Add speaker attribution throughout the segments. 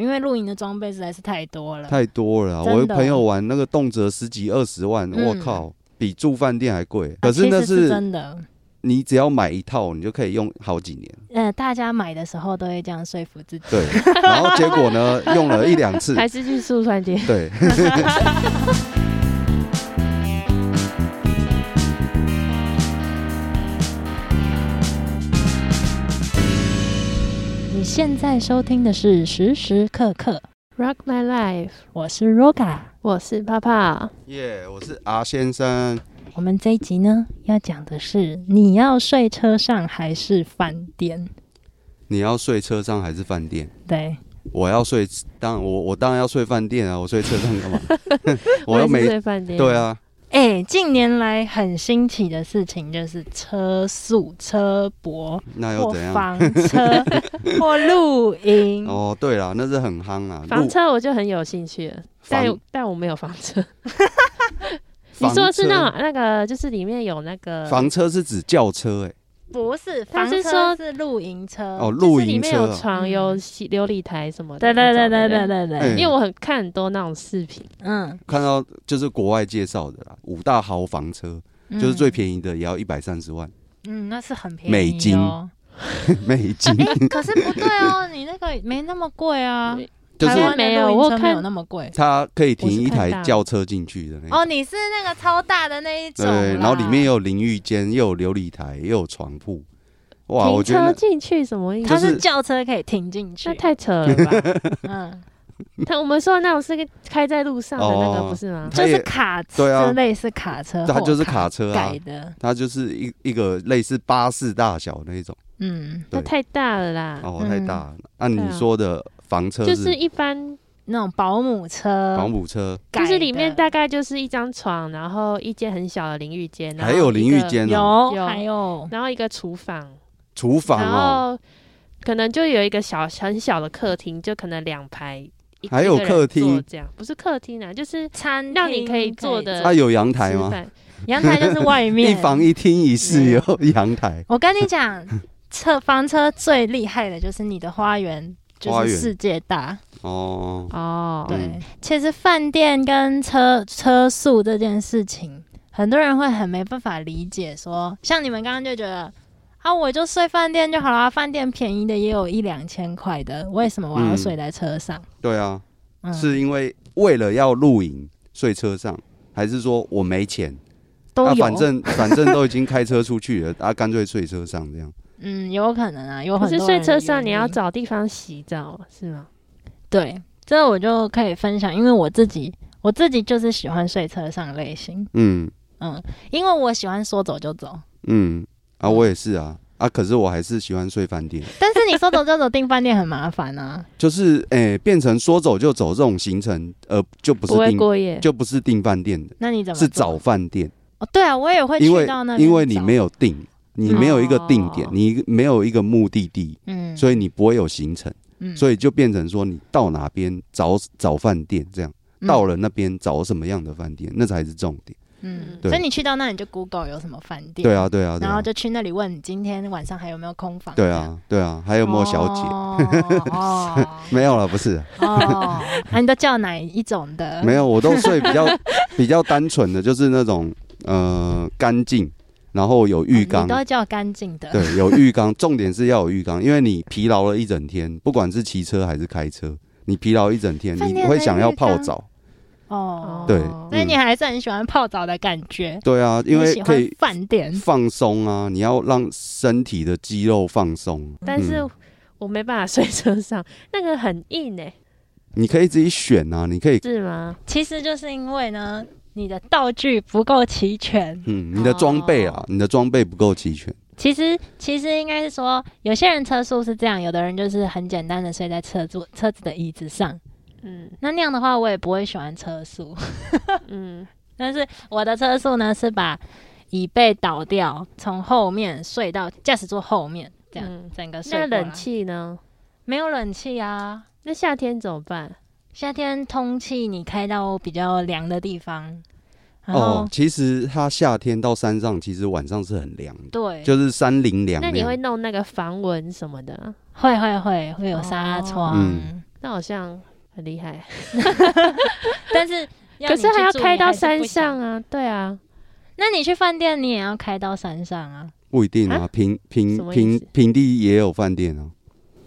Speaker 1: 因为露营的装备实在是太多了。
Speaker 2: 太多了啊。
Speaker 1: 真的
Speaker 2: 我有朋友玩那个动辄十几二十万，
Speaker 1: 嗯
Speaker 2: 我靠，比住饭店还贵。
Speaker 1: 啊
Speaker 2: 可是
Speaker 1: 其
Speaker 2: 那
Speaker 1: 实是
Speaker 2: 是
Speaker 1: 真的。
Speaker 2: 你只要买一套，你就可以用好几年。
Speaker 1: 呃，大家买的时候都会这样说服自己。
Speaker 2: 对， 然后结果呢，用了一两次，
Speaker 3: 还是去速算店。
Speaker 2: 对，
Speaker 1: 你现在收听的是时时刻刻，
Speaker 3: Rock my life，
Speaker 1: 我是 Roga。
Speaker 3: 我是泡泡。
Speaker 2: 耶我是阿先生。
Speaker 1: 我们这一集呢要讲的是，你要睡车上还是饭店？
Speaker 2: 你要睡车上还是饭店？
Speaker 1: 对，
Speaker 2: 我要睡，当然我我当然要睡饭店啊，我睡车上 干嘛？
Speaker 3: 也
Speaker 2: 又
Speaker 3: 是
Speaker 2: 没
Speaker 3: 睡饭店。
Speaker 2: 对，啊，
Speaker 1: 哎、近年来很兴起的事情就是车速、车博
Speaker 2: 那
Speaker 1: 或
Speaker 2: 又怎样？
Speaker 1: 房车或露营。
Speaker 2: 哦，对啦，那是很夯啊。
Speaker 3: 房
Speaker 2: 路
Speaker 3: 车我就很有兴趣了，但
Speaker 2: 房
Speaker 3: 但我没有房车。 你
Speaker 2: 房
Speaker 3: 说的是那
Speaker 2: 车
Speaker 3: 种那呃个，就是里面有那个
Speaker 2: 房车是指轿车哎、
Speaker 1: 不是，
Speaker 3: 他
Speaker 1: 房
Speaker 3: 是
Speaker 1: 车
Speaker 3: 说
Speaker 1: 是露营车。
Speaker 2: 哦，
Speaker 3: 呃就
Speaker 2: 露
Speaker 3: 是里
Speaker 2: 营
Speaker 3: 面
Speaker 2: 车、
Speaker 3: 有
Speaker 2: 啊。
Speaker 3: 床、
Speaker 1: 嗯
Speaker 3: 有洗琉璃台什么的
Speaker 1: 对
Speaker 3: 那
Speaker 1: 对
Speaker 3: 种。
Speaker 1: 对对对
Speaker 3: 不
Speaker 1: 对对，
Speaker 2: 哎
Speaker 3: 因为我很看很多那种视频，
Speaker 1: 嗯，
Speaker 2: 看到就是国外介绍的啦，五大豪房车
Speaker 1: 嗯
Speaker 3: 嗯
Speaker 2: 就是最便宜的，也要一百三十万
Speaker 1: 嗯，嗯，那是很便宜、哦、
Speaker 2: 美金美金。
Speaker 1: 可是不对哦，你那个没那么贵啊，
Speaker 2: 就
Speaker 3: 台湾
Speaker 2: 是
Speaker 1: 的
Speaker 3: 没有
Speaker 1: 露营
Speaker 3: 我
Speaker 1: 车没
Speaker 3: 看
Speaker 1: 有那么贵。
Speaker 2: 它可以停
Speaker 3: 我是
Speaker 2: 一
Speaker 3: 看
Speaker 2: 台
Speaker 3: 到
Speaker 2: 轿车进去的那种
Speaker 1: 哦，你是那个超大的那一
Speaker 3: 哦
Speaker 1: 种啦，啊
Speaker 2: 对，然后里面也有淋浴间，又有琉璃台，又有床铺。哇，我
Speaker 3: 停
Speaker 2: 觉得
Speaker 3: 车
Speaker 2: 那
Speaker 3: 进去什么意
Speaker 1: 它
Speaker 3: 思？
Speaker 2: 就是
Speaker 1: 是轿车可以停进去
Speaker 3: 那，太扯了 吧！
Speaker 1: 嗯，
Speaker 3: 他我们说的那种是开在路上的那
Speaker 2: 哦
Speaker 3: 个，不是吗？
Speaker 2: 它
Speaker 1: 就
Speaker 2: 也
Speaker 1: 是卡车，
Speaker 2: 对啊
Speaker 1: 类似卡车，
Speaker 2: 它就是
Speaker 1: 卡
Speaker 2: 卡车啊
Speaker 1: 改，的，
Speaker 2: 它就是一一个类似巴士大小那种。
Speaker 1: 嗯，
Speaker 2: 对
Speaker 3: 那太大了啦，
Speaker 2: 哦，
Speaker 1: 嗯
Speaker 2: 太大了。按
Speaker 3: 对
Speaker 2: 你
Speaker 3: 啊
Speaker 2: 说的房车
Speaker 3: 就是一般，
Speaker 1: 那种保姆车，
Speaker 2: 保姆车，
Speaker 1: 改
Speaker 3: 就
Speaker 1: 的
Speaker 3: 是里面大概就是一张床，然后一间很小的淋浴间，然后
Speaker 2: 还有
Speaker 3: 一个
Speaker 2: 淋浴，间哦，
Speaker 1: 有
Speaker 3: 有
Speaker 1: 还有
Speaker 3: 然后一个厨房，
Speaker 2: 厨房
Speaker 3: 然
Speaker 2: 哦，
Speaker 3: 后可能就有一个小很小的客厅，就可能两排，一
Speaker 2: 还有
Speaker 3: 一个人
Speaker 2: 客厅
Speaker 3: 坐这样，不是客厅啊，就是
Speaker 1: 餐厅
Speaker 3: 让你可以坐的
Speaker 2: 它有阳台
Speaker 3: 吃
Speaker 2: 吗？
Speaker 3: 饭
Speaker 1: 阳台就是外面
Speaker 2: 一房。一厅一室
Speaker 1: 没
Speaker 2: 有
Speaker 1: 有
Speaker 2: 阳台，
Speaker 1: 我跟你讲，车房车最厉害的就是你的花园。
Speaker 2: 花
Speaker 1: 就
Speaker 2: 园
Speaker 1: 是世界大，
Speaker 2: 哦，
Speaker 3: 哦，
Speaker 1: 对。
Speaker 2: 嗯
Speaker 1: 其实饭店跟车车速这件事情，很多人会很没办法理解说像你们刚刚就觉得啊，我就睡饭店就好啦，饭店便宜的也有一两千块的，为什么我要睡在车上？
Speaker 2: 对啊，
Speaker 1: 嗯，
Speaker 2: 是因为为了要露营睡车上，还是说我没钱？
Speaker 1: 都有，
Speaker 2: 啊、反正 反正都已经开车出去了，啊，干脆睡车上这样。
Speaker 1: 嗯，有可能啊，有
Speaker 3: 可
Speaker 1: 很多
Speaker 3: 是睡
Speaker 1: 人的
Speaker 3: 车上
Speaker 1: 原
Speaker 3: 你
Speaker 1: 因
Speaker 3: 要找地方洗澡是吗？
Speaker 1: 对，这我就可以分享，因为我自己我自己就是喜欢睡车上类型，
Speaker 2: 嗯
Speaker 1: 嗯，因为我喜欢说走就走，
Speaker 2: 嗯，啊，我也是啊，啊，可是我还是喜欢睡饭店，
Speaker 1: 但是你说走就走订饭店很麻烦 啊，
Speaker 2: 就是诶、变成说走就走这种行程，呃，就不是
Speaker 3: 不会
Speaker 2: 订
Speaker 3: 过夜，
Speaker 2: 就不是订饭店的，
Speaker 1: 那你怎么
Speaker 2: 是
Speaker 1: 做
Speaker 2: 找饭店，
Speaker 1: 哦，对啊，我也会
Speaker 2: 因
Speaker 1: 去
Speaker 2: 为
Speaker 1: 到那边
Speaker 2: 因为你
Speaker 1: 找
Speaker 2: 没有定，你没有一个定点，
Speaker 3: 哦
Speaker 2: 你没有一个目的地，
Speaker 1: 嗯，
Speaker 2: 所以你不会有行程，
Speaker 1: 以
Speaker 2: 所以就变成说你到哪边找找饭店这样。
Speaker 1: 以
Speaker 2: 到了那边找什么样的饭店，那才是重点。
Speaker 1: 嗯，嗯
Speaker 2: 对
Speaker 1: 所以你去到那你就 Google 有什么饭店，
Speaker 2: 对啊，对啊，对
Speaker 1: 然后
Speaker 2: 啊，
Speaker 1: 就去那里问你今天晚上还有没有空房，
Speaker 2: 对，啊，对啊，还有没有小姐？
Speaker 1: 哦 哦
Speaker 2: 没有了，不是，
Speaker 1: 哦，那你都叫哪一种的？
Speaker 2: 没有，我都睡 比较比较单纯的，就是那种呃干净，然后有浴
Speaker 1: 哦你
Speaker 2: 缸，
Speaker 1: 都叫干净的，
Speaker 2: 对，有浴缸， 重点是要有浴缸，因为你疲劳了一整天，不管是骑车还是开车，你疲劳一整天，
Speaker 1: 饭
Speaker 2: 你
Speaker 1: 店
Speaker 2: 会
Speaker 1: 的
Speaker 2: 想要
Speaker 1: 浴缸
Speaker 2: 泡澡，
Speaker 1: 哦，
Speaker 2: 对
Speaker 3: 哦，
Speaker 1: 所以
Speaker 2: 嗯
Speaker 1: 你还是很喜欢泡澡的感觉，
Speaker 2: 对啊，因
Speaker 1: 你
Speaker 2: 为
Speaker 1: 喜欢
Speaker 2: 可以
Speaker 1: 饭店，
Speaker 2: 放松啊，你要让身体的肌肉放松，
Speaker 3: 但是
Speaker 2: 嗯
Speaker 3: 我没办法睡车上，那个很硬哎，
Speaker 2: 你可以自己选啊，你可以，
Speaker 3: 是吗？
Speaker 1: 其实就是因为呢，你的道具不够齐全。
Speaker 2: 嗯，你的装备
Speaker 3: 哦
Speaker 2: 啊，你的装备不够齐全。
Speaker 1: 其实其实应该是说，有些人车速是这样，有的人就是很简单的睡在车座车子的椅子上。
Speaker 3: 嗯
Speaker 1: 那那样的话，我也不会喜欢车速。
Speaker 3: 嗯，
Speaker 1: 但是我的车速呢，是把椅背倒掉，从后面睡到驾驶座后面，这样、
Speaker 3: 嗯
Speaker 1: 整个睡
Speaker 3: 那
Speaker 1: 过来
Speaker 3: 冷气呢？
Speaker 1: 没有冷气啊。
Speaker 3: 那夏天怎么办？
Speaker 1: 夏天通气，你开到比较凉的地方，
Speaker 3: 嗯
Speaker 1: 然后、
Speaker 2: 哦，其实它夏天到山上，其实晚上是很凉的，
Speaker 1: 对，
Speaker 2: 就是山林凉
Speaker 3: 那你会
Speaker 2: 凉。
Speaker 3: 弄那个防蚊什么的？
Speaker 1: 会会会会有纱
Speaker 3: 哦
Speaker 1: 窗，
Speaker 2: 嗯
Speaker 3: 那好像很厉害。
Speaker 1: 但是要
Speaker 3: 可
Speaker 1: 你
Speaker 3: 是
Speaker 1: 去
Speaker 3: 还要
Speaker 1: 住
Speaker 3: 开
Speaker 1: 你
Speaker 3: 到
Speaker 1: 还是
Speaker 3: 山
Speaker 1: 不想
Speaker 3: 上啊，对啊，
Speaker 1: 那你去饭店，你也要开到山上啊？
Speaker 2: 不一定啊，
Speaker 3: 啊
Speaker 2: 平平
Speaker 3: 什么意
Speaker 2: 平
Speaker 3: 思
Speaker 2: 平地也有饭店啊。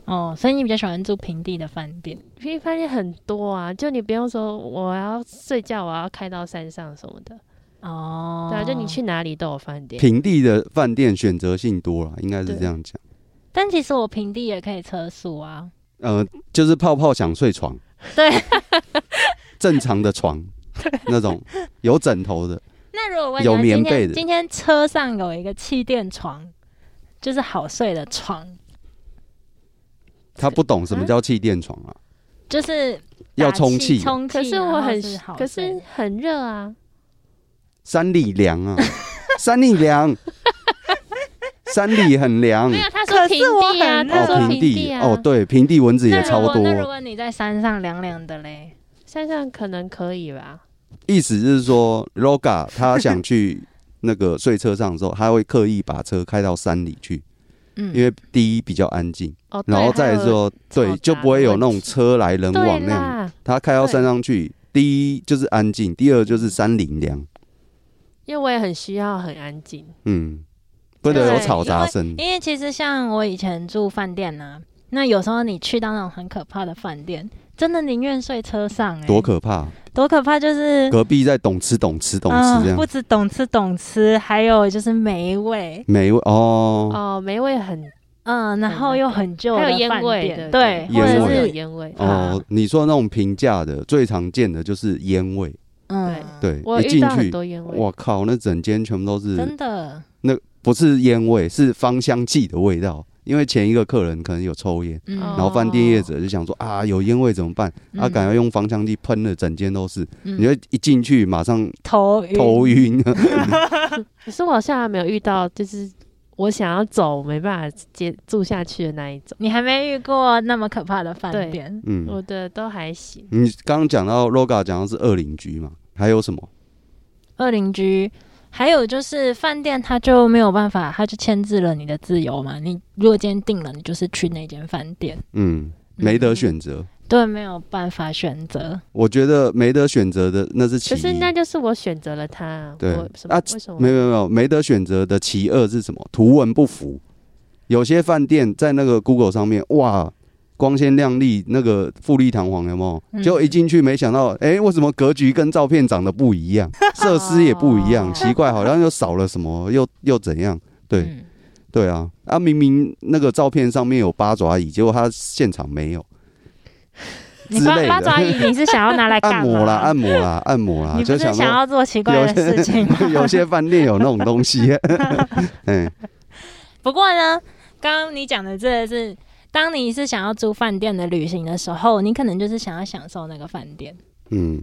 Speaker 1: 哦，所以你比较喜欢住平地的饭店。
Speaker 3: 因为饭店很多啊，就你不用说我要睡觉，我要开到山上什么的，
Speaker 1: 哦，
Speaker 3: 对啊，就你。去哪里都有饭店。
Speaker 2: 平地的饭店选择性多了，应该是
Speaker 3: 对
Speaker 2: 这样讲。
Speaker 1: 但其实我平地也可以车宿啊。
Speaker 2: 呃，就是泡泡想睡床，
Speaker 1: 对，
Speaker 2: 正常的 床，那种有枕头的，
Speaker 1: 那如果问你
Speaker 2: 有
Speaker 1: 啊
Speaker 2: 棉
Speaker 1: 今天
Speaker 2: 被的
Speaker 1: 今天车上有一个气垫床，就是好睡的床，
Speaker 2: 他不懂什么叫气垫床啊，
Speaker 1: 就是
Speaker 2: 要
Speaker 1: 打
Speaker 2: 充气，
Speaker 1: 充气。
Speaker 3: 可是
Speaker 1: 然
Speaker 3: 我
Speaker 1: 后
Speaker 3: 很
Speaker 1: 是，好
Speaker 3: 可
Speaker 1: 睡
Speaker 3: 是
Speaker 1: 的
Speaker 3: 很热啊，
Speaker 2: 三里凉啊， 三里凉，三里很凉
Speaker 3: 没。有他
Speaker 1: 可
Speaker 2: 嗯
Speaker 3: 说
Speaker 1: 是
Speaker 3: 平
Speaker 1: 我
Speaker 3: 地啊，
Speaker 1: 很
Speaker 3: 他
Speaker 1: 热
Speaker 3: 说
Speaker 2: 哦，
Speaker 3: 平
Speaker 2: 平
Speaker 3: 地啊，
Speaker 2: 哦，，对，平地蚊子也
Speaker 1: 那如
Speaker 2: 超
Speaker 1: 果
Speaker 2: 多
Speaker 1: 那。如果你在山上凉凉的嘞，
Speaker 3: 山上可能可以吧，
Speaker 2: 意思是说，LOGA 他想去 那个睡车上的时候，他会刻意把车开到山里去，
Speaker 1: 嗯，
Speaker 2: 因为第一比较安静，
Speaker 3: 哦，对
Speaker 2: 然后再来
Speaker 3: 还有
Speaker 2: 说，对，就不会有那种车来人往
Speaker 3: 对
Speaker 2: 那样。
Speaker 3: 啦，
Speaker 2: 他开到山上去，第一就是安静，第二就是山林凉，
Speaker 3: 因为我也很需要很安静，
Speaker 2: 嗯，不得有
Speaker 3: 对
Speaker 2: 吵杂声。
Speaker 1: 因为其实像我以前住饭店呐、那有时候你去到那种很可怕的饭店，真的宁愿睡车上、欸，
Speaker 2: 多可怕！
Speaker 1: 多可怕就是
Speaker 2: 隔壁在懂吃懂吃懂吃这
Speaker 1: 嗯
Speaker 2: 样
Speaker 1: 不，止懂吃懂吃，还有就是霉味，
Speaker 2: 没哦
Speaker 3: 哦，霉味很，
Speaker 1: 嗯，然后又很旧
Speaker 3: 还有
Speaker 1: 的
Speaker 3: 烟
Speaker 1: 饭
Speaker 3: 味
Speaker 1: 店，
Speaker 3: 的，
Speaker 1: 对，或
Speaker 2: 烟
Speaker 3: 或
Speaker 1: 者
Speaker 3: 者
Speaker 2: 味
Speaker 3: 是有
Speaker 1: 是
Speaker 3: 烟味，
Speaker 2: 哦，你说那种平价的最常见的就是烟味，
Speaker 1: 嗯，
Speaker 2: 对
Speaker 3: 我，
Speaker 2: 一
Speaker 3: 遇
Speaker 2: 进
Speaker 3: 到很
Speaker 2: 去，
Speaker 3: 多烟味，
Speaker 2: 我靠，那整间全部都是
Speaker 1: 真的，
Speaker 2: 不是烟味，是芳香剂的味道。因为前一个客人可能有抽烟，
Speaker 1: 嗯，
Speaker 3: 哦
Speaker 2: 然后饭店业者就想说啊，有烟味怎么办？啊，
Speaker 1: 嗯
Speaker 2: 赶快用芳香剂喷了，整间都是。
Speaker 1: 嗯
Speaker 2: 你会一进去马上
Speaker 1: 头晕
Speaker 2: 头晕，
Speaker 3: 可是我好像还没有遇到，就是我想要走没办法接住下去的那一种，
Speaker 1: 你还没遇过那么可怕的饭
Speaker 3: 对
Speaker 1: 店，
Speaker 2: 嗯，
Speaker 3: 我的都还行，
Speaker 2: 你刚刚讲到 LOGA 讲的是二邻居嘛，还有什么？
Speaker 1: 二邻居，还有就是饭店，他就没有办法，他就牵制了你的自由嘛。你如果今天订了，你就是去那间饭店，
Speaker 2: 嗯，没得
Speaker 1: 嗯
Speaker 2: 选择。
Speaker 1: 对，没有办法选择。
Speaker 2: 我觉得没得选择的那是其
Speaker 3: 可
Speaker 2: 一，
Speaker 3: 是那就是我选择了它，
Speaker 2: 对
Speaker 3: 我什么
Speaker 2: 啊
Speaker 3: 为什么
Speaker 2: 没有没有没有没得选择的其二是什么？图文不符。有些饭店在那个 Google 上面，哇，光鲜亮丽，那个富丽堂皇，有没有？
Speaker 1: 嗯
Speaker 2: 结果一进去，没想到，哎、为什么格局跟照片长得不一 样，设施也不一样，
Speaker 3: 哦
Speaker 2: 奇怪，好像又少了什么，又又怎样？对
Speaker 1: 嗯
Speaker 2: 对啊，啊，明明那个照片上面有八爪椅，结果他现场没有。
Speaker 1: 你
Speaker 2: 之
Speaker 1: 八
Speaker 2: 类
Speaker 1: 八
Speaker 2: 的
Speaker 1: 爪椅，你是想要拿 来
Speaker 2: 按
Speaker 1: 干
Speaker 2: 摩
Speaker 1: 嘛？
Speaker 2: 啦，按摩啦，按摩啦，
Speaker 1: 你不
Speaker 2: 就是想
Speaker 1: 想
Speaker 2: 说
Speaker 1: 要做奇怪的
Speaker 2: 有
Speaker 1: 事情吗？
Speaker 2: 有些饭店有那种东 西，嗯，
Speaker 1: 不过呢，刚刚你讲的这个是，当你是想要住饭店的旅行的时候，你可能就是想要享受那个饭店，
Speaker 2: 嗯，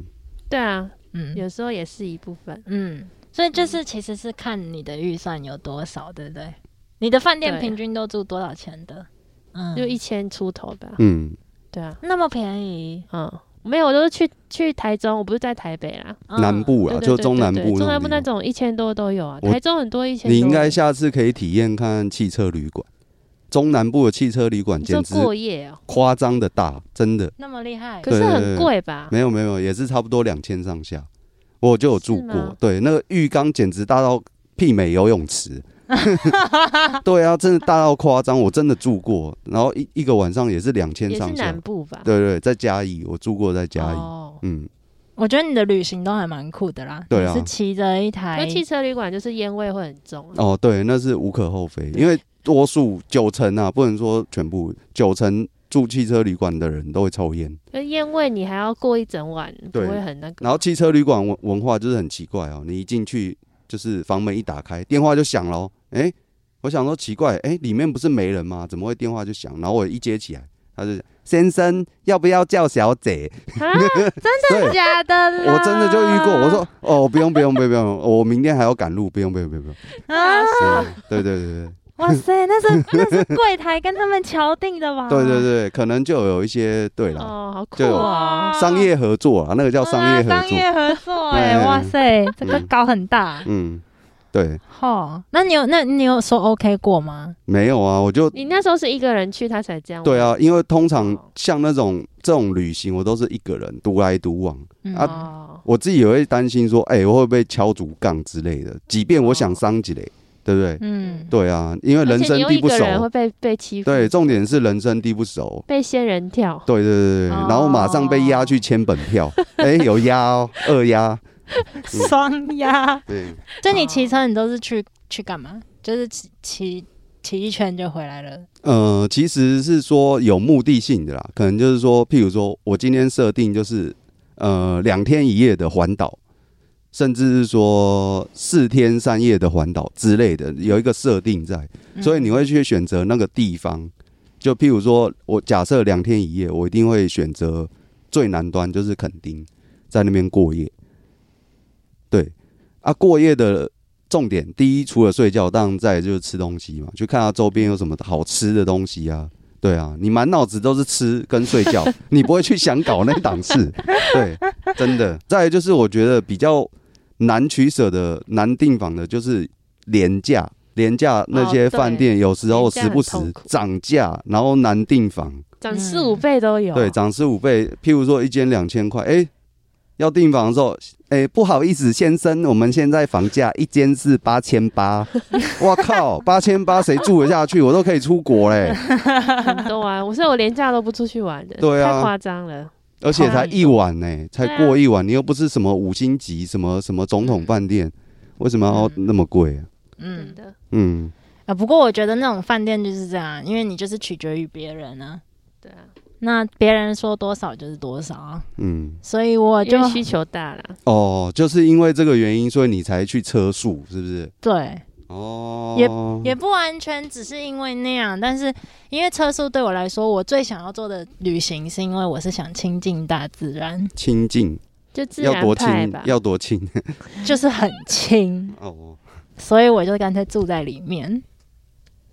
Speaker 3: 对啊，
Speaker 1: 嗯
Speaker 3: 有时候也是一部分。
Speaker 1: 嗯，所以就是其实是看你的预算有多少，对不对？你的饭店
Speaker 3: 对
Speaker 1: 平均都住多少钱的？嗯，
Speaker 3: 就一千出头吧。
Speaker 2: 嗯，
Speaker 3: 对啊，
Speaker 1: 那么便宜，
Speaker 3: 嗯，没有，我都是去去台中，我不是在台北啦，
Speaker 1: 嗯
Speaker 2: 南部
Speaker 3: 对
Speaker 2: 啦，啊
Speaker 3: 对
Speaker 2: 就
Speaker 3: 对
Speaker 2: 中
Speaker 3: 对
Speaker 2: 南
Speaker 3: 对
Speaker 2: 部
Speaker 3: 中南
Speaker 2: 那
Speaker 3: 部那
Speaker 2: 种地
Speaker 3: 种一千多都有啊，
Speaker 2: 我
Speaker 3: 台中很多一
Speaker 2: 方。
Speaker 3: 千。
Speaker 2: 你应该下次可以体验看汽车旅馆，中南部的汽车旅馆
Speaker 3: 你
Speaker 2: 简
Speaker 3: 说
Speaker 2: 直
Speaker 3: 过嗯夜哦，
Speaker 2: 夸张的大，真的
Speaker 1: 那么厉害，
Speaker 3: 可是
Speaker 2: 对对
Speaker 3: 很贵吧？
Speaker 2: 没有没有，也是差不多两千上下，我就有住
Speaker 3: 是吗
Speaker 2: 过，对，那个浴缸简直大到媲美游泳池。 对啊，真的大到夸张，我真的住过，然后一一个晚上也是两千
Speaker 3: 也是
Speaker 2: 上下
Speaker 3: 南，部吧？
Speaker 2: 对对，在嘉义，我住过在嘉义，
Speaker 3: 哦，
Speaker 2: 嗯，
Speaker 1: 我觉得你的旅行都还蛮酷的啦。
Speaker 2: 对啊
Speaker 1: 你是骑着一台
Speaker 3: 那，汽车旅馆就是烟味会很重啊。
Speaker 2: 哦，对，那是无可厚非，因为多数九成啊，不能说全部，九成住汽车旅馆的人都会抽烟。
Speaker 3: 那烟味你还要过一整晚，不
Speaker 2: 对
Speaker 3: 会很那个。
Speaker 2: 然后汽车旅馆文文化就是很奇怪哦，你一进去就是房门一打开，电话就响喽。诶，我想说奇怪，诶，里面不是没人吗？怎么会电话就响？然后我一接起来，他就讲先生要不要叫小姐？
Speaker 3: 啊，
Speaker 2: 对，
Speaker 1: 假的啦
Speaker 2: 我真的就遇过。我说哦，不用不用不用不用，我明天还要赶路，不用不用不用不用。
Speaker 1: 啊，
Speaker 2: 对对对对。
Speaker 1: 哇塞，那是那是柜台跟他们敲定的吧？
Speaker 2: 对对对，可能就有一些对啦，
Speaker 3: 哦，好酷
Speaker 2: 就有
Speaker 3: 哦。
Speaker 2: 商业合作啊，那个叫商业
Speaker 1: 啊
Speaker 2: 合
Speaker 1: 商
Speaker 2: 作。
Speaker 1: 业合作哎、
Speaker 2: 对
Speaker 1: 哇塞，这个搞很大。
Speaker 2: 嗯，对，
Speaker 1: 哦，那你有那你有说 OK 过吗？
Speaker 2: 没有啊，我就
Speaker 3: 你那时候是一个人去，他才这样。
Speaker 2: 对，啊，因为通常
Speaker 3: 哦
Speaker 2: 像那种这种旅行，我都是一个人独来独往，
Speaker 1: 嗯、
Speaker 2: 啊
Speaker 3: 哦，
Speaker 2: 我自己也会担心说，哎、我会不会敲竹杠之类的？即便我想伤几嘞，对不对？
Speaker 1: 嗯，
Speaker 2: 对啊，因为
Speaker 3: 而
Speaker 2: 人
Speaker 3: 且
Speaker 2: 生
Speaker 3: 你又
Speaker 2: 地
Speaker 3: 一
Speaker 2: 不
Speaker 3: 个人
Speaker 2: 熟
Speaker 3: 会，被被欺负，
Speaker 2: 对，重点是人生地不熟。
Speaker 3: 被仙人跳。
Speaker 2: 对对对对，
Speaker 1: 哦
Speaker 2: 然后马上被压去签本票，哎、有压哦，二压，
Speaker 1: 嗯双压。
Speaker 2: 对，
Speaker 1: 就你骑车，你都是去去干嘛？就是骑骑骑一圈就回来了。
Speaker 2: 呃，其实是说有目的性的啦，可能就是说，譬如说我今天设定就是呃两天一夜的环岛，甚至是说四天三夜的环岛之类的，有一个设定在，
Speaker 1: 嗯
Speaker 2: 所以你会去选择那个地方。就譬如说，我假设两天一夜，我一定会选择最南端，就是垦丁，在那边过夜。对，啊，过夜的重点，第一除了睡觉，当然再来就是吃东西嘛，去看下周边有什么好吃的东西啊。对啊，你满脑子都是吃跟睡觉， 你不会去想搞那档事。对，真的。再来就是我觉得比较难取舍的、难订房的，就是廉价。廉价那些
Speaker 3: 哦对
Speaker 2: 饭店有时候
Speaker 3: 廉价
Speaker 2: 时
Speaker 3: 很
Speaker 2: 不时
Speaker 3: 痛苦
Speaker 2: 涨价，然后难订房。
Speaker 3: 涨
Speaker 1: 嗯
Speaker 3: 四五倍都有。
Speaker 2: 对，涨四五倍。譬如说一间两千块，哎、要订房的时候，哎、不好意思，先生，我们现在房价一间是八千八，我靠，八千八谁住得下去？我都可以出国嘞，
Speaker 3: 很多啊！我说我连假都不出去玩的，
Speaker 2: 对啊
Speaker 3: 太夸张了。
Speaker 2: 而且才一晚呢、才过一晚，你又不是什么五星级什么什么总统饭店，为什么要
Speaker 1: 嗯
Speaker 2: 那么贵、啊？
Speaker 1: 嗯
Speaker 3: 真的，
Speaker 2: 嗯，
Speaker 1: 啊，不过我觉得那种饭店就是这样，因为你就是取决于别人啊。
Speaker 3: 对啊，
Speaker 1: 那别人说多少就是多少啊，
Speaker 2: 嗯，
Speaker 1: 所以我就
Speaker 3: 因为需求大了，
Speaker 2: 哦，就是因为这个原因，所以你才去车速，是不是？
Speaker 1: 对，
Speaker 2: 哦，
Speaker 1: 也不完全只是因为那样，但是因为车速对我来说，我最想要做的旅行是因为我是想亲近大自然，
Speaker 2: 亲近
Speaker 3: 就自
Speaker 2: 要
Speaker 3: 然
Speaker 2: 多
Speaker 3: 派
Speaker 2: 亲
Speaker 3: 吧，。
Speaker 2: 要多亲
Speaker 3: 嗯
Speaker 1: 就是很亲，
Speaker 2: 哦，
Speaker 1: 所以我就干脆住在里面。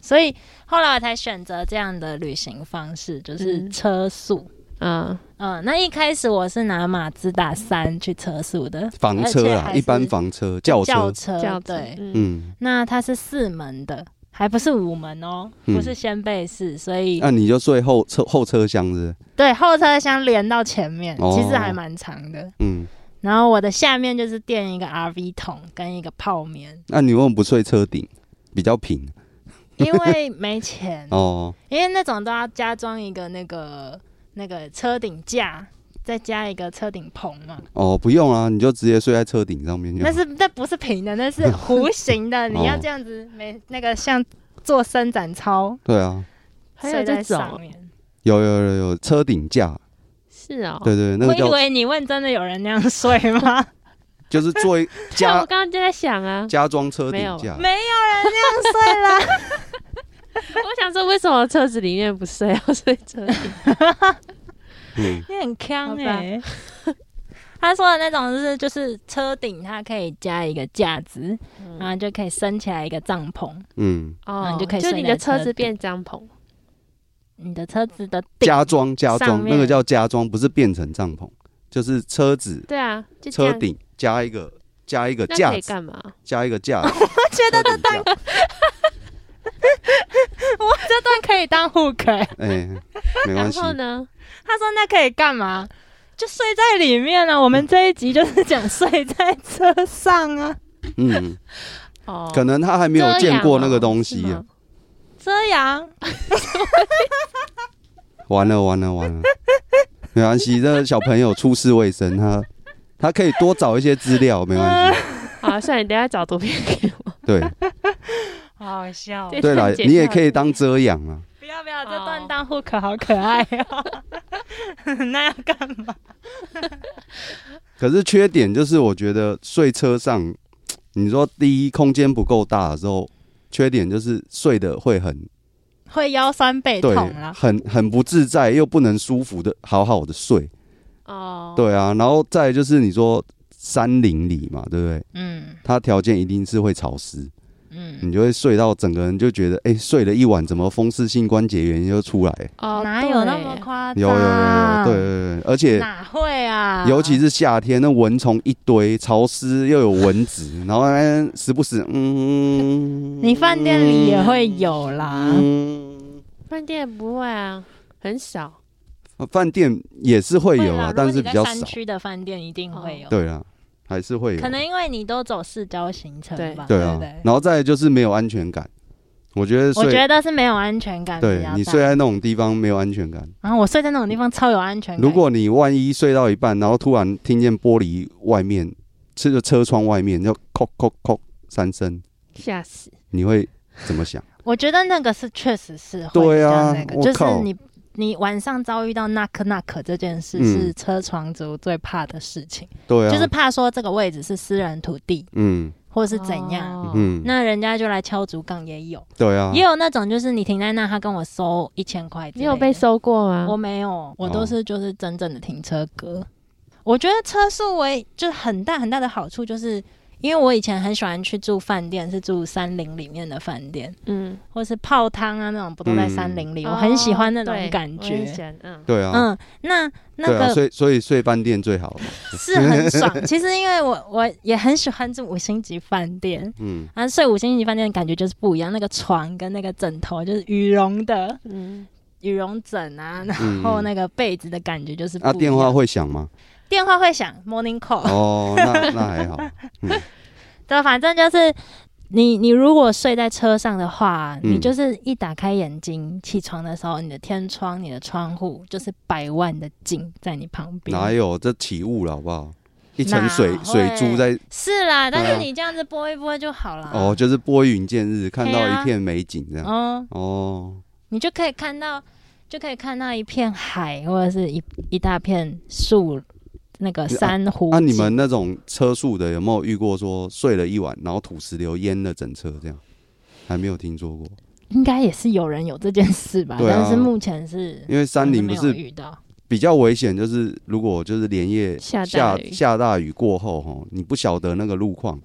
Speaker 1: 所以后来我才选择这样的旅行方式，就是
Speaker 3: 嗯
Speaker 1: 车速。
Speaker 3: 嗯，
Speaker 1: 嗯，那一开始我是拿马自达三去车速的
Speaker 2: 房车
Speaker 1: 而且
Speaker 2: 啦，
Speaker 1: 还是
Speaker 2: 一般房车、轿哦车，
Speaker 1: 车，
Speaker 3: 这样子
Speaker 1: 呃对，
Speaker 3: 嗯，
Speaker 2: 嗯，
Speaker 1: 那它是四门的，还不是五门哦，
Speaker 2: 嗯啊
Speaker 1: 不是掀背式，所以、
Speaker 2: 那你就睡后车后车厢是不是，
Speaker 1: 对后车厢连到前面，
Speaker 2: 哦
Speaker 1: 其实还蛮长的。
Speaker 2: 嗯，
Speaker 1: 然后我的下面就是垫一个 RV 桶跟一个泡 棉，
Speaker 2: 那你为什么不睡车顶？比较平
Speaker 1: 因为没钱，
Speaker 2: 哦，
Speaker 1: 因为那种都要加装一个那个那个车顶架。再加一个车顶棚嘛，
Speaker 2: 哦，不用啊，你就直接睡在车顶上面就好
Speaker 1: 那。是那不是平的，那是弧形
Speaker 2: 哦
Speaker 1: 的，你要这样子没那个像做伸展操，
Speaker 2: 对啊，
Speaker 3: 还
Speaker 1: 睡
Speaker 3: 有
Speaker 1: 在
Speaker 3: 这
Speaker 1: 上
Speaker 3: 种
Speaker 1: 面。
Speaker 2: 有有有有车顶架，
Speaker 3: 是哦。
Speaker 2: 对对，那
Speaker 1: 我
Speaker 2: 个
Speaker 1: 以
Speaker 2: 叫
Speaker 1: 为你问真的有人那样睡 吗？
Speaker 2: 就是做 一
Speaker 3: 像我
Speaker 2: 加
Speaker 3: 刚刚就在想 啊，
Speaker 2: 加装车
Speaker 3: 没
Speaker 2: 顶
Speaker 3: 有
Speaker 2: 架，
Speaker 1: 没有人那样睡啦。
Speaker 3: 我想说为什么车子里面不睡，要睡 车里？
Speaker 2: 嗯，
Speaker 1: 你很坑
Speaker 3: 好吧
Speaker 1: 哎、 他说的那种就是就是车顶，它可以加一个架子，然后就可以升起来一个帐篷。
Speaker 2: 嗯，
Speaker 1: 那
Speaker 3: 哦
Speaker 1: 你就可以
Speaker 3: 就
Speaker 1: 睡
Speaker 3: 你
Speaker 1: 在
Speaker 3: 的
Speaker 1: 车
Speaker 3: 车子
Speaker 1: 顶
Speaker 3: 变帐篷，
Speaker 1: 你的车子的顶
Speaker 2: 加装加
Speaker 1: 上
Speaker 2: 装，
Speaker 1: 面
Speaker 2: 那个叫加装，不是变成帐篷，就是车子
Speaker 3: 对啊，就这
Speaker 2: 车
Speaker 3: 样。
Speaker 2: 顶加一个加一个
Speaker 3: 那可
Speaker 2: 架
Speaker 3: 以
Speaker 2: 子，
Speaker 3: 干嘛？
Speaker 2: 加一个架子。我觉得这当
Speaker 1: 这段可以当 hook 哎、
Speaker 2: 哎，没关
Speaker 3: 然
Speaker 2: 系，
Speaker 3: 后呢？
Speaker 1: 他说那可以干嘛？就睡在里面啊
Speaker 2: 嗯
Speaker 1: 了、我们这一集就是讲睡在车上啊，
Speaker 2: 嗯。
Speaker 3: 哦，
Speaker 2: 可能他还没有见过那个东西
Speaker 3: 遮阳
Speaker 2: 啊
Speaker 3: 哦。
Speaker 1: 遮阳。
Speaker 2: 完了完了完了，没关系，这小朋友出世未深，他他可以多找一些资料，没关系。
Speaker 3: 好啊，算了，你等一下找图片给我。
Speaker 2: 对
Speaker 1: 好好笑哦
Speaker 3: 对
Speaker 2: 对啦，
Speaker 3: 这样解
Speaker 2: 你也
Speaker 3: 释
Speaker 2: 可以当遮阳啊。
Speaker 1: 不要不要，这
Speaker 3: 好
Speaker 1: 段当 hook 好可爱哦。 那要干嘛？
Speaker 2: 可是缺点就是，我觉得睡车上，你说第一空间不够大的时候，缺点就是睡的会很
Speaker 1: 会腰酸背
Speaker 2: 对
Speaker 1: 痛啊啦，。
Speaker 2: 很很不自在，又不能舒服的好好的睡。
Speaker 3: 哦，
Speaker 2: 对啊，然后再来就是你说山林里嘛，对不对？
Speaker 1: 嗯，
Speaker 2: 它条件一定是会潮湿，
Speaker 1: 嗯，
Speaker 2: 你就会睡到整个人就觉得，哎、睡了一晚，怎么风湿性关节炎又出来？
Speaker 3: 哦，
Speaker 1: 哪有那
Speaker 3: 对
Speaker 1: 么夸张？
Speaker 2: 有有有有，对对对，而且
Speaker 1: 哪会啊？
Speaker 2: 尤其是夏天，那蚊虫一堆，潮湿又有蚊子， 然后哎时不时，嗯，
Speaker 1: 你饭店里也会有啦。
Speaker 2: 嗯，
Speaker 3: 饭店不会啊，很少。
Speaker 2: 饭店也是会
Speaker 1: 会
Speaker 2: 有
Speaker 1: 啦
Speaker 2: 啊
Speaker 1: 如，果
Speaker 2: 但
Speaker 1: 你
Speaker 2: 是
Speaker 1: 在
Speaker 2: 比较
Speaker 1: 山
Speaker 2: 少。
Speaker 1: 区的饭店一定会有，
Speaker 2: 对啊，还是会有
Speaker 1: 可。能因为你都走市郊行程吧，
Speaker 2: 对
Speaker 1: 不
Speaker 2: 啊
Speaker 1: 对，？
Speaker 2: 然后再来就是没有安全感，我觉得
Speaker 1: 我
Speaker 2: 睡
Speaker 1: 觉得是没有安全感比
Speaker 2: 对
Speaker 1: 较
Speaker 2: 你
Speaker 1: 大
Speaker 2: 睡在那种地方没有安全感。
Speaker 1: 然后我睡在那种地方超有安全感。
Speaker 2: 如果你万一睡到一半，然后突然听见玻璃外面，这个车窗外面就扣扣扣三声，
Speaker 3: 吓死！
Speaker 2: 你会怎么想？
Speaker 1: 我觉得那个是确实是会
Speaker 2: 对
Speaker 1: 比较
Speaker 2: 啊
Speaker 1: 那个，
Speaker 2: 我
Speaker 1: 就
Speaker 2: 靠
Speaker 1: 是你你晚上遭遇到 knock knock 这件事
Speaker 2: 嗯
Speaker 1: 是车床族最怕的事情，
Speaker 2: 对 啊，
Speaker 1: 就是怕说这个位置是私人土地
Speaker 2: 嗯
Speaker 1: 或是怎样，
Speaker 3: 哦？
Speaker 2: 嗯，
Speaker 1: 那人家就来敲竹杠也有，
Speaker 2: 对啊，
Speaker 1: 也有那种就是你停在那，他跟我收一千块，
Speaker 3: 你有被？收过吗？
Speaker 1: 我没有，我都
Speaker 2: 哦
Speaker 1: 是就是真正的停车格。我觉得车速为就是很大很大的好处，就是因为我以前很喜欢去住饭店，是住山林里面的饭店，
Speaker 3: 嗯，
Speaker 1: 或是泡汤啊那种，不都
Speaker 2: 嗯
Speaker 1: 在山林里？我很喜欢那
Speaker 3: 哦对
Speaker 1: 种感
Speaker 3: 我也
Speaker 1: 觉。
Speaker 3: 喜欢嗯，
Speaker 2: 对啊，
Speaker 1: 嗯，那那
Speaker 2: 对啊，
Speaker 1: 个
Speaker 2: 所以所以睡饭店最好，
Speaker 1: 是很爽。其实因为我我也很喜欢住五星级饭店。
Speaker 2: 嗯，
Speaker 1: 啊，睡五星级饭店的感觉就是不一样，那个床跟那个枕头就是羽绒的，
Speaker 3: 嗯，
Speaker 1: 羽绒枕啊，
Speaker 2: 嗯
Speaker 1: 然后那个被子的感觉就是不一
Speaker 2: 那
Speaker 1: 样、
Speaker 2: 电话会响 吗？
Speaker 1: 电话会响，morning call，、
Speaker 2: 哦，那那 还好，
Speaker 1: 对，反正就是你你如果睡在车上的话，
Speaker 2: 嗯
Speaker 1: 你就是一打开眼睛起床的时候，你的天窗、你的窗户就是百万的景在你旁边，
Speaker 2: 哪有这起雾了好不好？一层水
Speaker 1: 哪会
Speaker 2: 水珠在
Speaker 1: 是啦，但
Speaker 2: 对
Speaker 1: 是
Speaker 2: 啊
Speaker 1: 你这样子播一播就好啦。
Speaker 2: 哦，就是拨云见日，看
Speaker 1: 对
Speaker 2: 到
Speaker 1: 啊
Speaker 2: 一片美景这样。
Speaker 1: 哦，
Speaker 2: 哦，
Speaker 1: 你就可以看到，就可以看到一片海或者是一一大片树，那个珊瑚景。
Speaker 2: 那啊你们那种车速的有没有遇过说睡了一晚，然后土石流淹了整车这样？还没有听说过，
Speaker 1: 应该也是有人有这件事吧？
Speaker 2: 对啊
Speaker 1: 但是目前是
Speaker 2: 因为山林不
Speaker 1: 我没有
Speaker 2: 是
Speaker 1: 遇到，
Speaker 2: 比较危险，就是如果就是连夜
Speaker 3: 下大
Speaker 2: 下
Speaker 3: 雨
Speaker 2: 下大雨过后吼，你不晓得那个路况，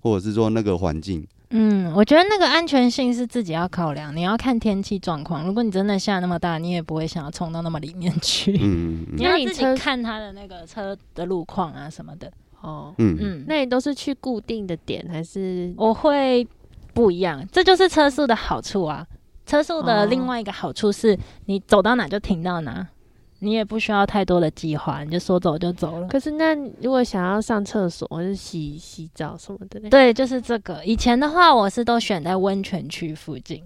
Speaker 2: 或者是说那个环境，
Speaker 1: 嗯，我觉得那个安全性是自己要考量，你要看天气状况。如果你真的下那么大，你也不会想要冲到那么里面去。
Speaker 2: 嗯嗯
Speaker 1: 你
Speaker 2: 嗯
Speaker 1: 要
Speaker 3: 那你
Speaker 1: 自己
Speaker 3: 车
Speaker 1: 看它的那个车的路况啊什么的。
Speaker 3: 哦，
Speaker 2: 嗯嗯，
Speaker 1: 嗯，那
Speaker 3: 那你都是去固定的点还是？
Speaker 1: 我会不一样，这就是车速的好处啊。车速的
Speaker 3: 哦
Speaker 1: 另外一个好处是，你走到哪就停到哪，你也不需要太多的计划，你就说走就走了。
Speaker 3: 可是那如果想要上厕所或是洗洗澡什么的嘞，
Speaker 1: 对，就是这个。以前的话，我是都选在温泉区附近，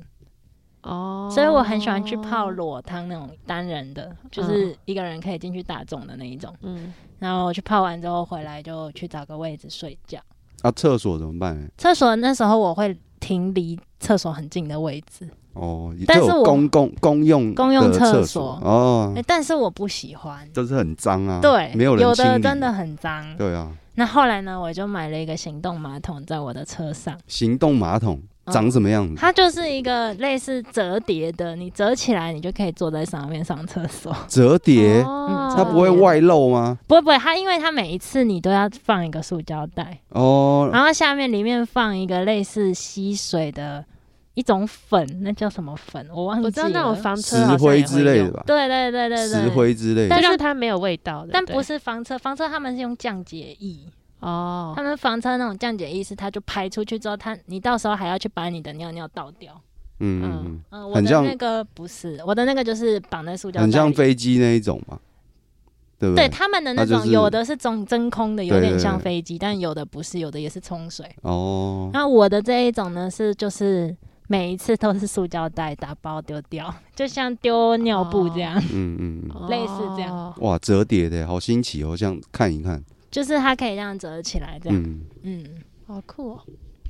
Speaker 3: 哦，
Speaker 1: 所以我很喜欢去泡裸汤那种单人的，就是一个人可以进去大众的那一种。
Speaker 3: 嗯，
Speaker 1: 然后我去泡完之后回来就去找个位置睡觉。
Speaker 2: 啊，厕所怎么办呢？
Speaker 1: 厕所那时候我会停离厕所很近的位置，
Speaker 2: 哦，
Speaker 1: 但
Speaker 2: 这
Speaker 1: 是
Speaker 2: 有
Speaker 1: 我
Speaker 2: 公共公用
Speaker 1: 公用
Speaker 2: 的
Speaker 1: 厕
Speaker 2: 厕
Speaker 1: 所
Speaker 3: 嗯
Speaker 2: 哦
Speaker 1: 诶，但是我不喜欢。
Speaker 2: 就是很脏啊，
Speaker 1: 对，
Speaker 2: 没有人
Speaker 1: 有
Speaker 2: 清
Speaker 1: 的
Speaker 2: 理
Speaker 1: 真的很脏。
Speaker 2: 对啊，
Speaker 1: 那后来呢，我就买了一个行动马桶在我的车上，
Speaker 2: 行动马桶
Speaker 1: 嗯
Speaker 2: 长什么样子？
Speaker 1: 它就是一个类似折叠的，你折起来你就可以坐在上面上厕所。
Speaker 2: 折叠，
Speaker 3: 哦
Speaker 2: 它不会外露吗？
Speaker 1: 不会不会，它因为它每一次你都要放一个塑胶袋，
Speaker 2: 哦，
Speaker 1: 然后下面里面放一个类似吸水的一种粉，那叫什么粉？我忘记了。
Speaker 3: 我知道那种
Speaker 1: 啊
Speaker 3: 防车
Speaker 2: 石灰之类的
Speaker 3: 吧，
Speaker 2: 吧，
Speaker 1: 对对对对对，
Speaker 2: 石灰之类
Speaker 1: 但
Speaker 2: 的，
Speaker 3: 就
Speaker 1: 是
Speaker 3: 让它没有味道的，
Speaker 1: 但
Speaker 3: 对
Speaker 1: 不是房车，房车他们是用降解液，
Speaker 3: 哦
Speaker 1: 他们房车那种降解液是它就排出去之后，它你到时候还要去把你的尿尿倒掉。
Speaker 2: 嗯嗯
Speaker 3: 嗯
Speaker 2: 嗯，
Speaker 1: 嗯，我
Speaker 2: 很
Speaker 1: 的
Speaker 2: 像
Speaker 1: 那个不是，我的那个就是绑在塑胶袋
Speaker 2: 很
Speaker 1: 里，
Speaker 2: 像飞机那一种嘛，对不
Speaker 1: 对？他们的那
Speaker 2: 它
Speaker 1: 种、
Speaker 2: 就是
Speaker 1: 有的是中真空的，有
Speaker 2: 对对
Speaker 1: 点像
Speaker 2: 对
Speaker 1: 飞机，但有的不是，有的也是冲水。
Speaker 2: 哦，
Speaker 1: 那我的这一种呢，是就是每一次都是塑胶袋打包丢掉，就像丢尿布这样，
Speaker 2: 嗯嗯嗯，
Speaker 1: 类似这样
Speaker 3: 哦
Speaker 2: 哇，折叠的好新奇哦，像看一看，
Speaker 1: 就是它可以这样折起来这样。
Speaker 2: 嗯，
Speaker 1: 嗯
Speaker 3: 好酷哦，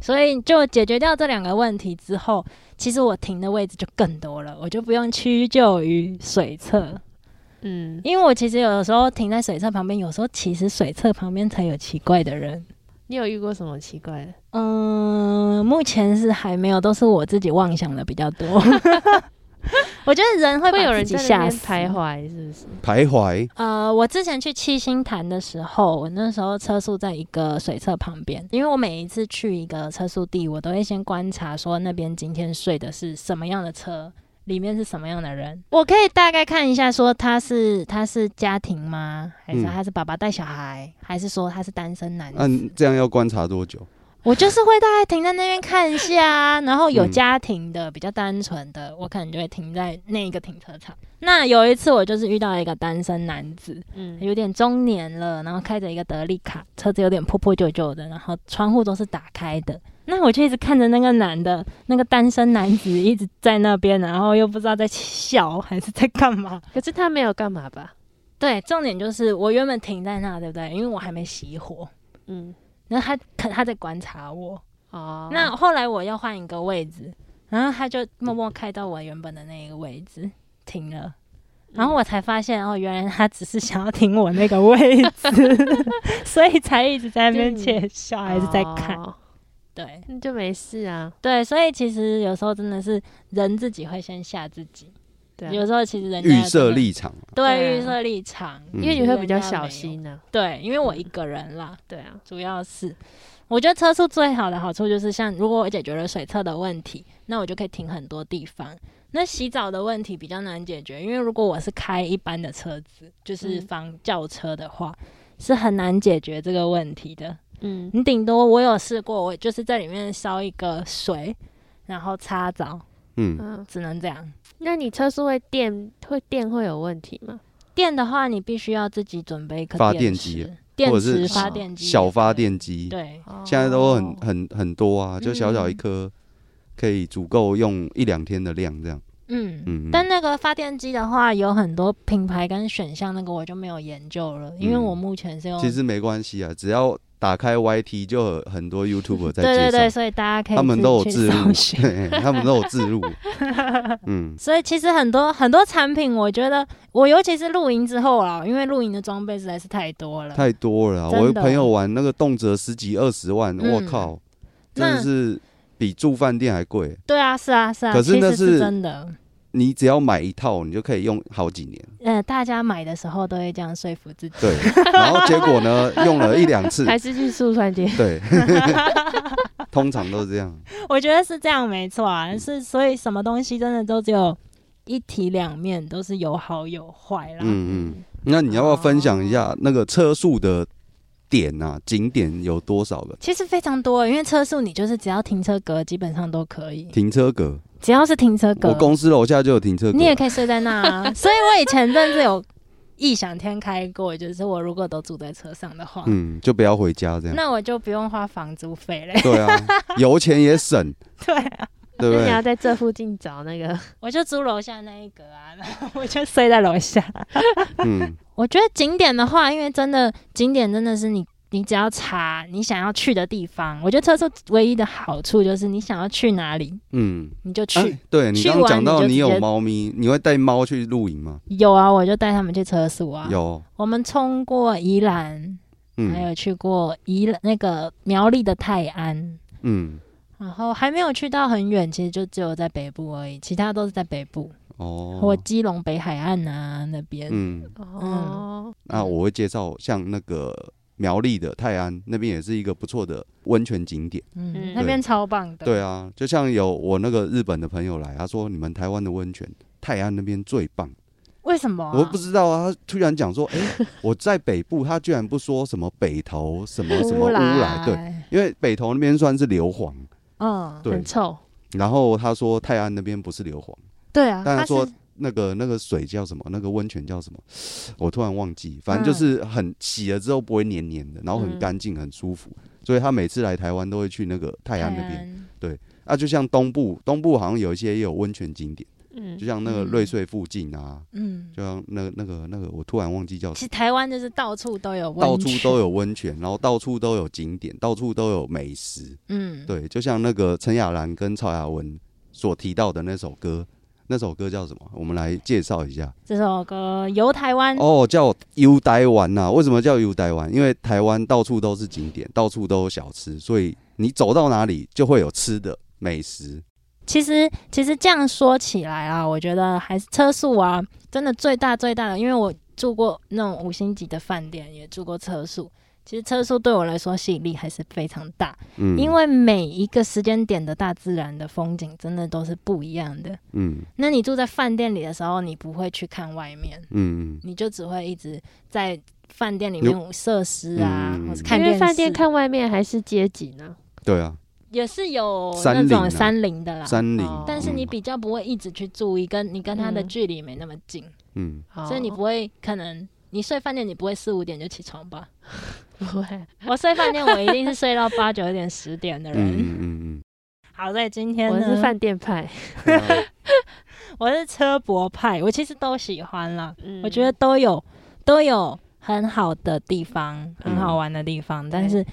Speaker 1: 所以就解决掉这两个问题之后，其实我停的位置就更多了，我就不用屈就于水侧，
Speaker 3: 嗯，
Speaker 1: 因为我其实有的时候停在水侧旁边，有时候其实水侧旁边才有奇怪的人。
Speaker 3: 你有遇过什么奇怪的？
Speaker 1: 嗯，目前是还没有，都是我自己妄想的比较多。 我觉得人会
Speaker 3: 会有
Speaker 1: 把
Speaker 3: 人
Speaker 1: 自己
Speaker 3: 在
Speaker 1: 吓
Speaker 3: 那边
Speaker 1: 死。
Speaker 3: 徘徊，是不是？
Speaker 2: 徘徊，
Speaker 1: 呃，我之前去七星潭的时候，我那时候车速在一个水厕旁边，因为我每一次去一个车速地，我都会先观察说那边今天睡的是什么样的车，里面是什么样的人，我可以大概看一下说他是他是家庭吗？还是
Speaker 2: 嗯
Speaker 1: 他是爸爸带小孩，还是说他是单身男子？
Speaker 2: 嗯、这样要观察多久？
Speaker 1: 我就是会大概停在那边看一下啊，然后有
Speaker 2: 嗯
Speaker 1: 家庭的、比较单纯的，我可能就会停在那一个停车场。那有一次我就是遇到一个单身男子，
Speaker 3: 嗯，
Speaker 1: 有点中年了，然后开着一个德利卡，车子有点破破旧旧的，然后窗户都是打开的。那我就一直看着那个男的，那个单身男子一直在那边，然后又不知道在笑还是在干嘛。
Speaker 3: 可是他没有干嘛吧？
Speaker 1: 对，重点就是我原本停在那，对不对？因为我还没熄火，
Speaker 3: 嗯，
Speaker 1: 然后他可他在观察我。
Speaker 3: 哦，
Speaker 1: 那后来我要换一个位置，然后他就默默开到我原本的那一个位置停了，
Speaker 3: 嗯
Speaker 1: 然后我才发现哦，原来他只是想要停我那个位 置，所以才一直在那边窃笑，还是在看。
Speaker 3: 哦
Speaker 1: 对
Speaker 3: 那就没事啊。
Speaker 1: 对，所以其实有时候真的是人自己会先吓自己，
Speaker 3: 对啊，
Speaker 1: 有时候其实人家
Speaker 2: 预设
Speaker 1: 真的
Speaker 2: 立场，
Speaker 1: 对
Speaker 3: 对啊
Speaker 1: 预设立场，
Speaker 2: 嗯
Speaker 3: 因为你会比较小心啊呢。
Speaker 1: 对，因为
Speaker 3: 嗯
Speaker 1: 我一个人啦，
Speaker 3: 对啊，
Speaker 1: 主要是，我觉得车速最好的好处就是，像如果我解决了水厕的问题，那我就可以停很多地方。那洗澡的问题比较难解决，因为如果我是开一般的车子，就是
Speaker 3: 嗯
Speaker 1: 房轿车的
Speaker 2: 嗯
Speaker 1: 话，是很难解决这个问题的。
Speaker 3: 嗯，
Speaker 1: 你顶多我有试过，我就是在里面烧一个水，然后擦澡，
Speaker 2: 嗯，
Speaker 3: 嗯，
Speaker 1: 只能这样。
Speaker 3: 那你车速会电会电会有问题吗？
Speaker 1: 电的话，你必须要自己准备一颗
Speaker 2: 发
Speaker 1: 电
Speaker 2: 电机
Speaker 1: 池，电
Speaker 2: 或者
Speaker 1: 池
Speaker 2: 是
Speaker 1: 发电机，
Speaker 2: 小发电机，
Speaker 1: 对，
Speaker 2: 现在都很
Speaker 3: 哦
Speaker 2: 很很多啊，就小小一
Speaker 1: 嗯
Speaker 2: 颗，可以足够用一两天的量这样。
Speaker 1: 嗯
Speaker 2: 嗯，
Speaker 1: 但那个发电机的话，有很多品牌跟选项，那个我就没有研究了，因为
Speaker 2: 嗯
Speaker 1: 我目前是用。
Speaker 2: 其实没关系啊，只要打开 YT 就有很多 YouTuber 在
Speaker 1: 对对对，
Speaker 2: 介绍，
Speaker 1: 所以大家可以
Speaker 2: 他们都有
Speaker 1: 自己
Speaker 2: 自
Speaker 1: 去
Speaker 2: 入
Speaker 1: 搜， 寻。
Speaker 2: 对，他们都有 自入。嗯，
Speaker 1: 所以其实很多很多产品，我觉得我尤其是露营之后啊，因为露营的装备实在是太多了。
Speaker 2: 太多了啊，
Speaker 1: 真的
Speaker 2: 我有朋友玩那个动辄十几二十万，
Speaker 1: 嗯
Speaker 2: 我靠，真
Speaker 1: 那
Speaker 2: 的是比住饭店还贵。
Speaker 1: 对啊，是啊，是啊，
Speaker 2: 可是
Speaker 1: 其
Speaker 2: 那
Speaker 1: 实是
Speaker 2: 是
Speaker 1: 真的。
Speaker 2: 你只要买一套，你就可以用好几年。
Speaker 1: 呃，大家买的时候都会这样说服自己。
Speaker 2: 对， 然后结果呢，用了一两次，
Speaker 3: 还是去速算店。
Speaker 2: 对， 通常都是这样。
Speaker 1: 我觉得是这样，没错
Speaker 2: 嗯
Speaker 1: 啊。是所以什么东西真的都只有一体两面，都是有好有坏啦。
Speaker 2: 嗯嗯，那你要不要分享一下那个车速的点啊？景点有多少个？
Speaker 1: 其实非常多，因为车速你就是只要停车格基本上都可以，
Speaker 2: 停车格，
Speaker 1: 只要是停车
Speaker 2: 我
Speaker 1: 格，
Speaker 2: 公司楼下就有停车格
Speaker 1: 你。也可以睡在那 啊。所以我以前甚至有异想天开过，就是我如果都住在车上的话，
Speaker 2: 嗯，就不要回家这样。
Speaker 1: 那我就不用花房租费 嘞。
Speaker 2: 对啊，油钱也省，
Speaker 1: 对啊，
Speaker 2: 对不
Speaker 3: 那你要
Speaker 2: 对？
Speaker 3: 在这附近找那个，
Speaker 1: 我就租楼下那一格啊，然后我就睡在楼下。
Speaker 2: 嗯，
Speaker 1: 我觉得景点的话，因为真的景点真的是你。你只要查你想要去的地方，我觉得车速唯一的好处就是你想要去哪里
Speaker 2: 嗯，
Speaker 1: 你就去。
Speaker 2: 哎，对你
Speaker 1: 去
Speaker 2: 刚刚
Speaker 1: 完
Speaker 2: 讲到
Speaker 1: 你就
Speaker 2: 你
Speaker 1: 直
Speaker 2: 有
Speaker 1: 接
Speaker 2: 猫咪，你会带猫去露营吗？
Speaker 1: 有啊，我就带他们去车速啊。
Speaker 2: 有，
Speaker 1: 我们冲过宜兰，还
Speaker 2: 嗯
Speaker 1: 有去过宜兰那个苗栗的泰安，
Speaker 2: 嗯，
Speaker 1: 然后还没有去到很远，其实就只有在北部而已，其他都是在北部
Speaker 2: 哦，
Speaker 1: 或基隆北海岸啊那边。
Speaker 2: 嗯，
Speaker 3: 哦，
Speaker 2: 那我会介绍像那个苗栗的泰安那边也是一个不错的温泉景点。
Speaker 1: 嗯，
Speaker 3: 嗯
Speaker 1: 那边超棒的。
Speaker 2: 对啊，就像有我那个日本的朋友来，他说你们台湾的温泉泰安那边最棒，
Speaker 1: 为什么啊、
Speaker 2: 我不知道啊，他突然讲说，哎、我在北部，他居然不说什么北投什么什么乌
Speaker 1: 哎
Speaker 2: 来，对，，因为北投那边算是硫磺，
Speaker 1: 嗯，
Speaker 2: 对
Speaker 3: 很，臭，
Speaker 2: 然后他说泰安那边不是硫磺，
Speaker 1: 对啊。
Speaker 2: 但
Speaker 1: 它
Speaker 2: 他
Speaker 1: 是
Speaker 2: 说那个那个水叫什么，那个温泉叫什么，我突然忘记，反正就是很洗了之后不会黏黏的，然后很
Speaker 3: 嗯
Speaker 2: 干净很舒服，所以他每次来台湾都会去那个泰安那边。啊，就像东部，东部好像有一些也有温泉景点，
Speaker 3: 嗯
Speaker 2: 就，像那
Speaker 1: 嗯
Speaker 2: 个瑞穗附近啊，
Speaker 1: 嗯，
Speaker 2: 就像那个那个那个，我突然忘记叫
Speaker 1: 其
Speaker 2: 什
Speaker 1: 实台湾就是到处都有温
Speaker 2: 么，到
Speaker 1: 泉，
Speaker 2: 处都有温泉，然后到处都有景点，到处都有美食。
Speaker 1: 嗯，
Speaker 2: 对，就像那个陈雅兰跟曹雅文所提到的那首歌，那首歌叫什么？我们来介绍一下。
Speaker 1: 这首歌游台湾，
Speaker 2: 哦，叫 U 台湾呐、为什么叫 U 台湾？因为台湾到处都是景点，到处都有小吃，所以你走到哪里就会有吃的美食。
Speaker 1: 其实其实这样说起来啊，我觉得还是车速啊，真的最大最大的，因为我住过那种五星级的饭店，也住过车速。其实车速对我来说吸引力还是非常大，
Speaker 2: 嗯，
Speaker 1: 因为每一个时间点的大自然的风景真的都是不一样的。
Speaker 2: 嗯
Speaker 1: 那你住在饭店里的时候，你不会去看外面，
Speaker 2: 嗯
Speaker 1: 你就只会一直在饭店里面设施啊，
Speaker 2: 嗯
Speaker 1: 或者看
Speaker 3: 因
Speaker 1: 电
Speaker 3: 为
Speaker 1: 视。
Speaker 3: 饭店看外面还是街景呢、
Speaker 2: 对啊，
Speaker 1: 也是有
Speaker 2: 山
Speaker 1: 那
Speaker 2: 林
Speaker 1: 种
Speaker 2: 啊
Speaker 1: 山林的啦，
Speaker 2: 山林
Speaker 3: 哦，
Speaker 1: 但是你比较不会一直去注意，跟你跟他的
Speaker 3: 嗯
Speaker 1: 距离没那么近，
Speaker 2: 嗯
Speaker 1: 所以你
Speaker 3: 哦
Speaker 1: 不会可能你睡饭店，你不会四五点就起床吧？
Speaker 3: 不会
Speaker 1: 我睡饭店，我一定是睡到八九点、十点的
Speaker 2: 嗯
Speaker 1: 人。
Speaker 2: 嗯嗯
Speaker 1: 好在今天
Speaker 3: 我
Speaker 1: 呢，
Speaker 3: 是饭店派，
Speaker 2: 嗯对啊，
Speaker 1: 我是车博派，我其实都喜欢啦，
Speaker 3: 嗯
Speaker 1: 我觉得都有都有很好的地方，
Speaker 2: 嗯
Speaker 1: 很好玩的地方，但是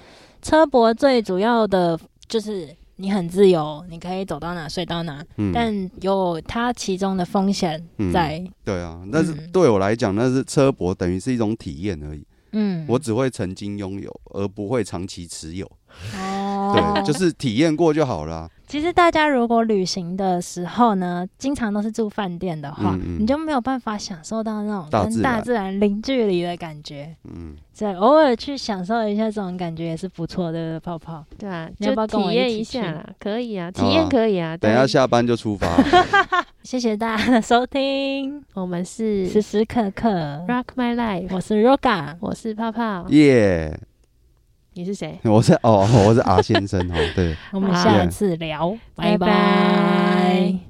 Speaker 1: 车博最主要的就是你很自由，你可以走到哪睡到哪，
Speaker 2: 嗯
Speaker 1: 但有它其中的风险在。
Speaker 2: 对啊，但是
Speaker 1: 嗯
Speaker 2: 对我来讲，那是车博等于是一种体验而已，
Speaker 1: 嗯，
Speaker 2: 我只会曾经拥有，而不会长期持有。
Speaker 1: 哦
Speaker 2: 对，就是体验过就好了啊。
Speaker 1: 其实大家如果旅行的时候呢，经常都是住饭店的话，
Speaker 2: 嗯嗯
Speaker 1: 你就没有办法享受到那种
Speaker 2: 大
Speaker 1: 跟
Speaker 2: 自
Speaker 1: 大
Speaker 2: 然
Speaker 1: 自然零距离的感觉。
Speaker 2: 嗯，
Speaker 1: 对，偶尔去享受一下这种感觉也是不错的，泡泡。
Speaker 3: 对啊，
Speaker 1: 你要不要
Speaker 3: 就
Speaker 1: 跟我
Speaker 3: 体
Speaker 1: 一
Speaker 3: 验
Speaker 1: 起
Speaker 3: 一
Speaker 1: 去
Speaker 3: 下啦，可以啊，体
Speaker 2: 好啊
Speaker 3: 验可以啊。
Speaker 2: 等一下
Speaker 3: 但
Speaker 2: 下班就出发。
Speaker 1: 谢谢大家的收听，
Speaker 3: 我们是
Speaker 1: 时时刻刻，
Speaker 3: Rock My Life，
Speaker 1: 我是 Roga，
Speaker 3: 我是泡泡，
Speaker 2: 耶，
Speaker 3: 你是谁？
Speaker 2: 我是哦，我是阿先生哦，对。
Speaker 1: 我们
Speaker 3: 好
Speaker 1: 下次聊，拜
Speaker 3: 拜拜
Speaker 1: 拜